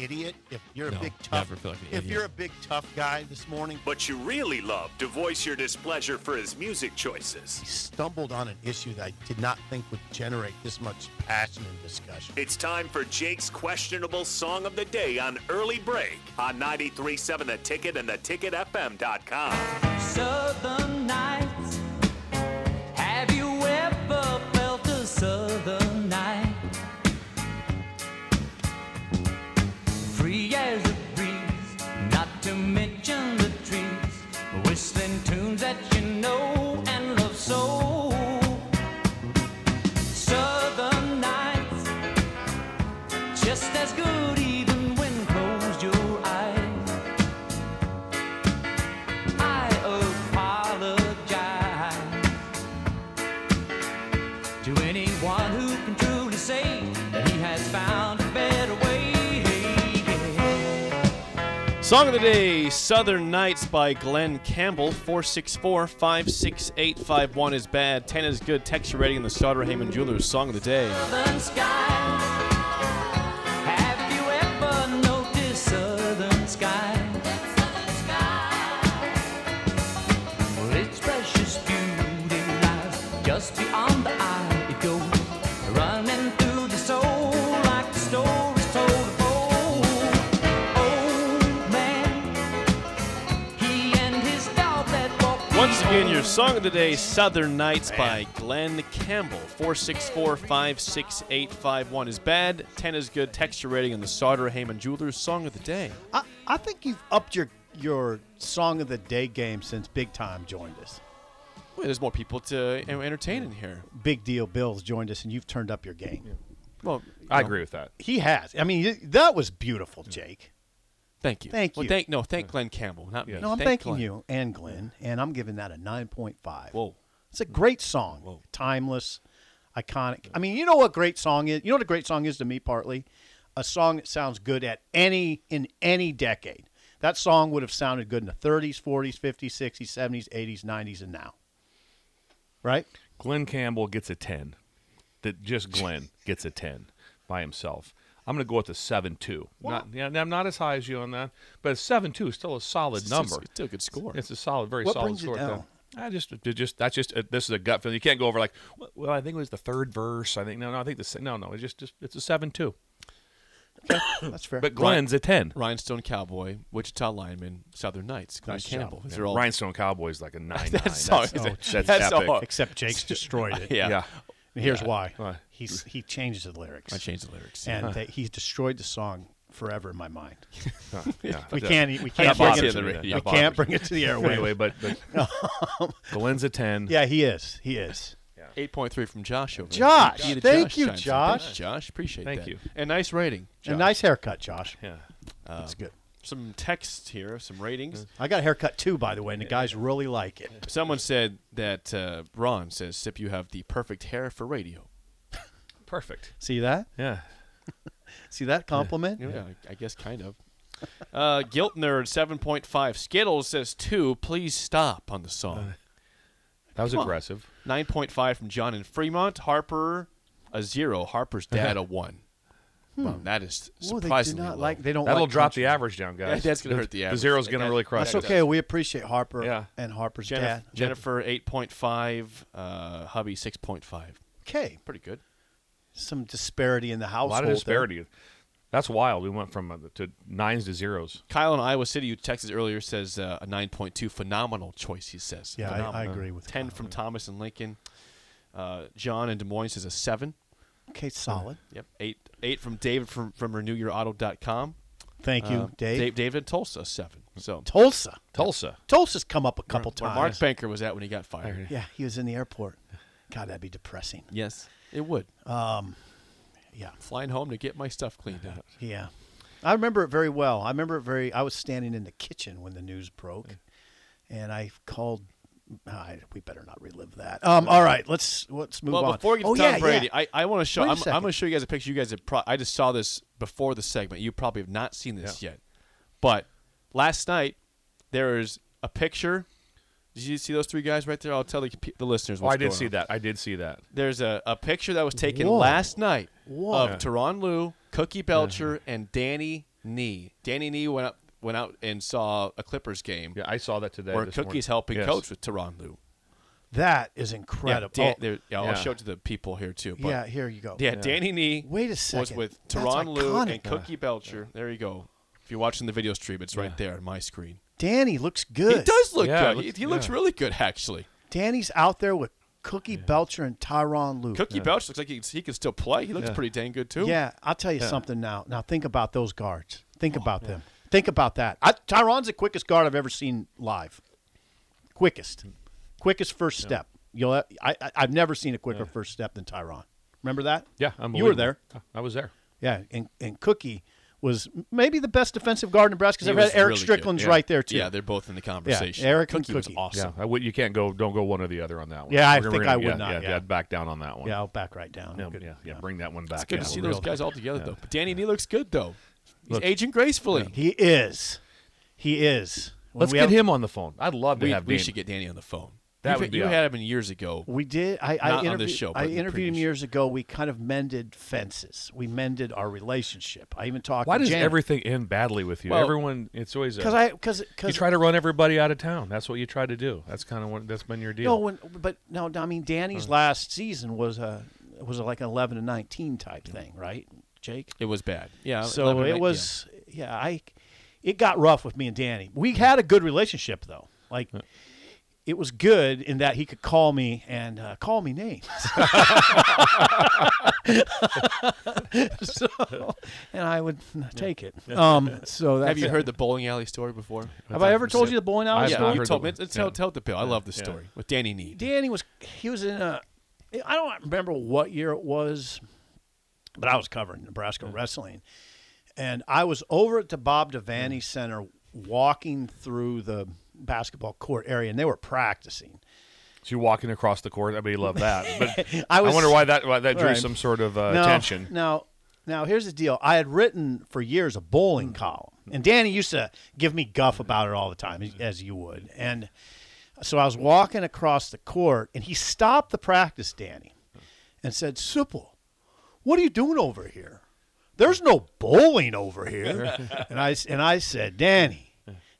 idiot, if you're No, a big tough, never feel like an if idiot. you're a big tough guy this morning, But you really love to voice your displeasure for his music choices. I stumbled on an issue that I did not think would generate this much passion and discussion. It's time for Jake's questionable song of the day on Early Break on 937 The Ticket and theticketfm.com. Southern nights. Have you ever felt a southern night? Free as a breeze, not to mention the trees, whistling tunes that you know and love so. Southern nights, just as good even when closed your eyes. I apologize to anyone who can truly say that he has found a better way. Song of the day, Southern Nights by Glenn Campbell. 464 56851 is bad. 10 is good. Texture rating in the Starter Heyman Jewelers Song of the Day. Southern skies, have you ever noticed southern skies? Well, its precious beauty lies just beyond the eye. It goes running through the soul like the stories told of old. Old man, he and his dog that walked. the Once again, old your song of the day, Southern Nights by Glenn Campbell. 464 56851 is bad. 10 is good. Texture rating in the Starter Heyman Jewelers Song of the Day. I, I think you've upped your your song of the day game since Big Time joined us. Wait, there's more people to en- entertain in here. Big Deal Bills joined us, and you've turned up your game. Well, I agree with that. He has. I mean, y- that was beautiful, Jake. thank you. Thank Well, you. thank, no, thank Glenn Campbell, not me. No, I'm Thank thanking Glenn. you and Glenn, and I'm giving that a 9.5. Whoa. It's a great song. Timeless, iconic. I mean, you know what great song is? You know what a great song is to me partly? A song that sounds good at any in any decade. That song would have sounded good in the 30s, 40s, 50s, 60s, 70s, 80s, 90s and now. Right? Glenn Campbell gets a 10. That just Glenn gets a 10 by himself. I'm going to go with a 7 2. Not, yeah, I'm not as high as you on that, but a 7 2 is still a solid It's- number. It's still a good score. It's a solid, very What solid brings it score. down? I just, it just that's just uh, this is a gut feeling. You can't go over like, "Well, well, I think it was the third verse. I think no, no, I think the se- no, no. It's just, just it's a seven two. That's fair. But Glenn's a ten. Rhinestone Cowboy, Wichita Lineman, Southern Knights, Glenn Nice job, Campbell. These man. are all Rhinestone Cowboys like a nine. That's nine. so- that's, that's- that's that's so epic. hard. Except Jake's destroyed it. Yeah. Yeah. And here's why. Why? He's he changes the lyrics. I changed the lyrics. and that he's destroyed the song forever in my mind. yeah. We That- can't e, we that can't bring bothers it, me, that we bothers can't me. bring it to the Anyway, airway. but, but Glenn's a ten. yeah, he is. He is. 8.3 from Josh over there. Josh, Thank you to thank you, Johnson. Josh. Thanks, Josh. Appreciate Thank that. you. And nice rating. A Josh. nice haircut, Josh. yeah. Um, That's good. Some text here, some ratings. I got a haircut too, by the way, and the guys really like it. Someone said that uh, Ron says, Sip, you have the perfect hair for radio. Perfect. See that? Yeah. See that compliment? Yeah, I, I guess kind of. Uh, Guilt Nerd 7.5. Skittles says 2. Please stop on the Uh, song. That was Come on. aggressive. 9.5 from John in Fremont. Harper, a 0. Harper's dad, a 1. Well, that is Well, surprisingly Hmm. they do not low. like. They don't. That'll like drop country. the average down, guys. that's gonna hurt the average. The zero's gonna That- really crush That's it. okay. We appreciate Harper Yeah. and Harper's Jennifer, dad. Jennifer 8.5, uh, hubby 6.5. Okay, Pretty good. some disparity in the household. A lot of there. disparity. That's wild. We went from uh, to nines to zeros. Kyle in Iowa City, who texted earlier, says uh, a 9.2. Phenomenal choice, he says. Yeah, I- I Phenomenal. agree with 10 Kyle. from Thomas and Lincoln. Uh, John in Des Moines says a 7. Okay, solid. Yep. 8 eight from David from, from renewyourauto.com. Thank you, Uh, Dave. Da- David in Tulsa, 7. So Tulsa. Tulsa. Tulsa's come up a couple where times. Mark Banker was at when he got fired. yeah, he was in the airport. God, that'd be depressing. Yes, it would. Um, Yeah. Flying home to get my stuff cleaned up. Yeah. I remember it very well. I remember it very I was standing in the kitchen when the news broke and I called ah, I, we better not relive that. Um all right, let's let's move Well, on. before we get to oh, Tom yeah, Brady, yeah. I, I want to show. Wait a I'm, I'm second. going to show you guys a picture. You guys have. Pro- I just saw this before the segment. You probably have not seen this yet, but last night there is a picture. Did you see those three guys right there? I'll tell the, compu- the listeners. Oh, What's I did going see on. that. I did see that. There's a, a picture that was taken Whoa. Uh-huh. last night Whoa. of Teron Lou, Cookie Belcher, and Danny Knee. Danny Knee went up went out and saw a Clippers game Yeah, I saw that today. where this Cookie's helping morning. Yes. coach with Teron Lou. That is Yeah, incredible. Dan- Oh, there- yeah, I'll Yeah. show it to the people here too. But yeah, here you go. yeah, Danny Knee Wait a was second. with That's Teron Lou and iconic. Cookie Belcher. There you go. If you're watching the video stream, it's right there on my screen. Danny looks good. He does look Yeah, good. it looks- he looks yeah. really good, actually. Danny's out there with Cookie Belcher and Tyron Lue. Cookie Belcher looks like he, he can still play. He looks pretty dang good, too. Yeah, I'll tell you something now. Now think about those guards. Oh, Think about them. Think about that. I, Tyron's the quickest guard I've ever seen live. Quickest, quickest first step. You'll. I, I I've never seen a quicker first step than Tyron. Remember that? Yeah, You were unbelievable. there. I was there. Yeah, and and Cookie was maybe the best defensive guard Nebraska's He ever had. was Eric really good. Strickland's Yeah. right there too. Yeah, they're both in the conversation. Eric and Cookie, was Cookie. awesome. Yeah, I would, you can't go. Don't go one or the other on that one. Yeah, I We're- think we're gonna- I would yeah, not, Yeah, yeah. I'd back down on that one. yeah, I'll back right down. yeah, Good. yeah, yeah, Bring that one back. Good yeah, to see we're those real- guys all together, though. But Danny Nee looks good, though. He's aging gracefully. He is. He is. When Let's we get have- him on the phone. I'd love to We, have. we Danny. should get Danny on the phone. That You've- would be you awesome. had him in years ago. We did. I, I Not on this interviewed, show, but I in the interviewed him previous years ago. We kind of mended fences. We mended our relationship. I even talked. Why to does Janet. everything end badly with you? Well, Everyone, it's always a- Because I because You because try to run everybody out of town. That's what you try to do. That's kind of what that's been your no deal. when but no I mean Mm. Danny's last season was a was like an eleven to nineteen type thing, right, Jake? It was bad. Yeah. So 11, it yeah. was yeah. I it got rough with me and Danny. We had a good relationship though. Like it was good in that he could call me and uh, call me names. so, and I would take it. Um, so that's Have you it. heard the bowling alley story before? Have I ever told you the bowling alley I've yeah, not story? you heard told that me. one. It's- Tell, Yeah. tell the bill. I love this story with Danny Nee. Danny was he was in a I don't remember what year it was, but I was covering Nebraska wrestling, and I was over at the Bob Mm. Devaney Center walking through the basketball court area, and they were practicing. so you're walking across the court. I mean, love that. But I I, was- wonder why that why that drew Right. some sort of uh, now, attention. Now, now here's the deal. I had written for years a bowling Mm. column, and Danny used to give me guff about it all the time, Mm. as you would. And so I was walking across the court, and he stopped the practice, Danny, and said, "Supple, what are you doing over here? There's no bowling over here." and I s- and I said, "Danny,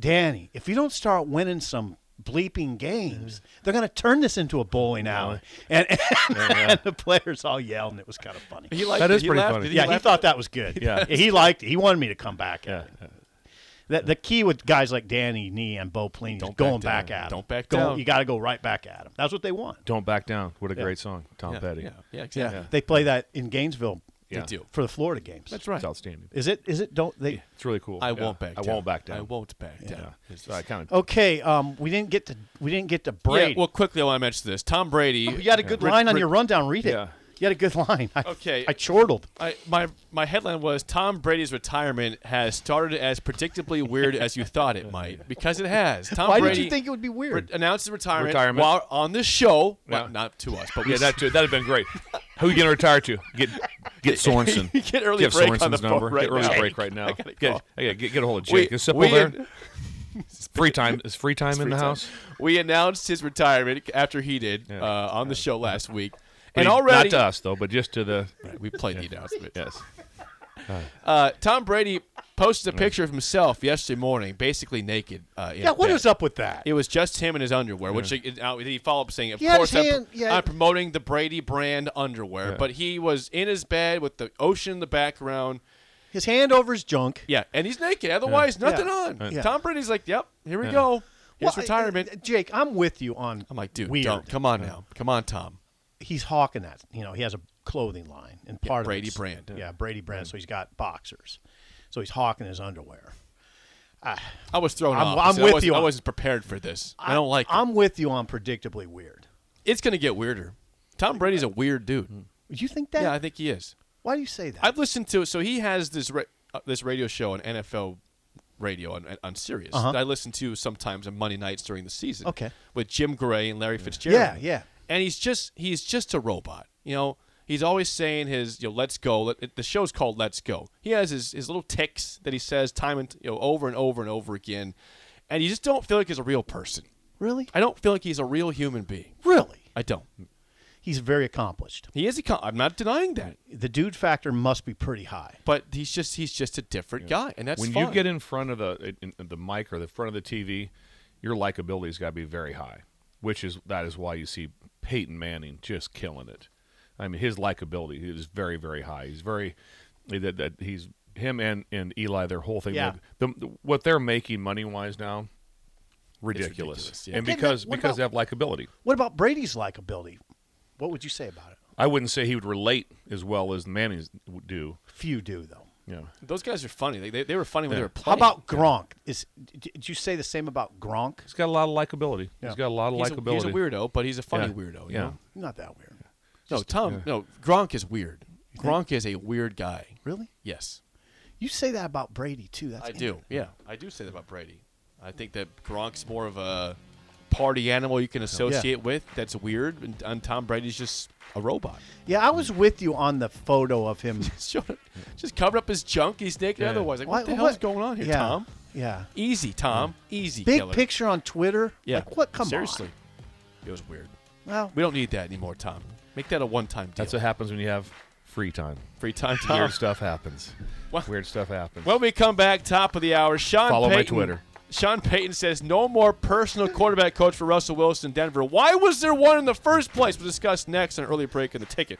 Danny, if you don't start winning some." Bleeping games, they're going to turn this into a bowling alley, and, and, and the players all yelled, and it was kind of funny. He liked That it. is He pretty laughed. funny. Did Yeah, he laugh? thought that was good. Yeah. he liked it. He wanted me to come back. At Yeah. it. The, the key with guys like Danny Nee and Bo Pelini is Don't back going down. back, at him. Don't back Go- down. You got to go right back at him. That's what they want. Don't back down. What a great song, Tom Yeah, Petty. yeah, yeah, exactly. They play that in Gainesville They Yeah. do. for the Florida games. That's right. It's outstanding. Is it? Is it? Don't they? It's really cool. I Yeah. won't back. I down. won't back down. I won't Oh. back Yeah. down. So I kind of. Okay. Um, we didn't get to we didn't get to Brady. Yeah, well, quickly, I want to mention this. Tom Brady. you had a good line on your rundown. Read it. Yeah. You had a good line. I, Okay. I chortled. I, my my headline was Tom Brady's retirement has started as predictably weird as you thought it might because it has. Tom Why Brady did you think it would be re- weird? announces retirement, Retirement. while on this show? Yeah. Well, not to us, but we Yeah, that too. That'd have been great. Who you gonna retire to? Get get Sorensen. Get early Give break on Sorensen's the phone number. right get early now. break right now. I gotta get, call. I gotta get get a hold of We- Jake. is Sipple we- there? free time. Is free time in the house? we announced his retirement after he did uh, on the show last week, and Please, already not to us though, but just to the we played the announcement. yes. Uh, Tom Brady posted a picture of himself yesterday morning, basically naked. Uh, in Yeah. What bed. is up with that? It was just him in his underwear, which it- uh, he followed up saying, "Of He had course, his I'm, hand- yeah. I'm promoting the Brady brand underwear." But he was in his bed with the ocean in the background. His hand over his junk. Yeah, and he's naked. Otherwise, nothing Yeah. on. Yeah. Tom Brady's like, "Yep, here we go. Here's Well, I- retirement." uh, Jake, I'm with you on. I'm like, "Dude, weird. don't. Come on now. Come on, Tom." he's hawking that. You know, he has a clothing line and part Brady of it's- brand. Mm. Yeah, Brady brand. So he's got boxers. So he's hawking his underwear. I was thrown I'm- off. I'm I said, I with wasn't- you I on- wasn't prepared for this. I, don't like. it. I'm with you on predictably weird. It's gonna get weirder. Tom Brady's a weird Mm. dude. You think that? Yeah, I think he is. Why do you say that? I've listened to so he has this ra- uh, this radio show on NFL radio on on Sirius that I listen to sometimes on Monday nights during the season. Uh-huh. Okay. with Jim Gray and Larry Fitzgerald. Yeah, yeah. And he's just he's just a robot. You know, he's always saying his you know let's go. Let, it- the show's called Let's Go. He has his his little ticks that he says time and you know over and over and over again, and you just don't feel like he's a real person. really? I don't feel like he's a real human being. really? I don't. he's very accomplished. He is. A con- I'm not denying that, The dude factor must be pretty high. but he's just he's just a different guy, and that's when fine. you get in front of the in, in the mic or the front of the TV, your likability's got to be very high, which is that is why you see Peyton Manning just killing it. I mean, his likability is very very high. He's very that, that he's him and and Eli their whole thing. Yeah. The, the, what they're making money wise now, ridiculous. ridiculous, yeah. And Then because what because they have likability. What about Brady's likability? What would you say about it? I wouldn't say he would relate as well as Manning's would do. Few do though. Yeah. Those guys are funny. They, they, they were funny when they were How playing. about Gronk? Is d- did you say the same about Gronk? He's got a lot of likability. Yeah. He's got a lot of he's a, likability. he's a weirdo, but he's a funny Yeah. weirdo. You Yeah. Know? Not that weird. No, Tom. No, Gronk is weird. Gronk is a weird guy. Really? Yes, You say that about Brady too. That's I do. Yeah, I do say that about Brady. I think that Gronk's more of a party animal you can associate with. That's weird, and, and Tom Brady's just a robot. Yeah, I was with you on the photo of him. Showed up- just covered up his junk. He's naked Yeah. otherwise. Like, what, the Why- hell's going on here, yeah, Tom? Yeah. Easy, Tom. Easy. Big killer. picture on Twitter. Yeah. Like, what? Come Seriously. on. It was weird. Well, We don't need that anymore, Tom. Make that a one-time deal. That's what happens when you have free time. free time, Tom. Weird stuff happens. What? Weird stuff happens. When we come back, top of the hour, Sean Follow my Payton- Twitter. Sean Payton says no more personal quarterback coach for Russell Wilson in Denver. Why was there one in the first place? We'll discuss next on an early break in the ticket.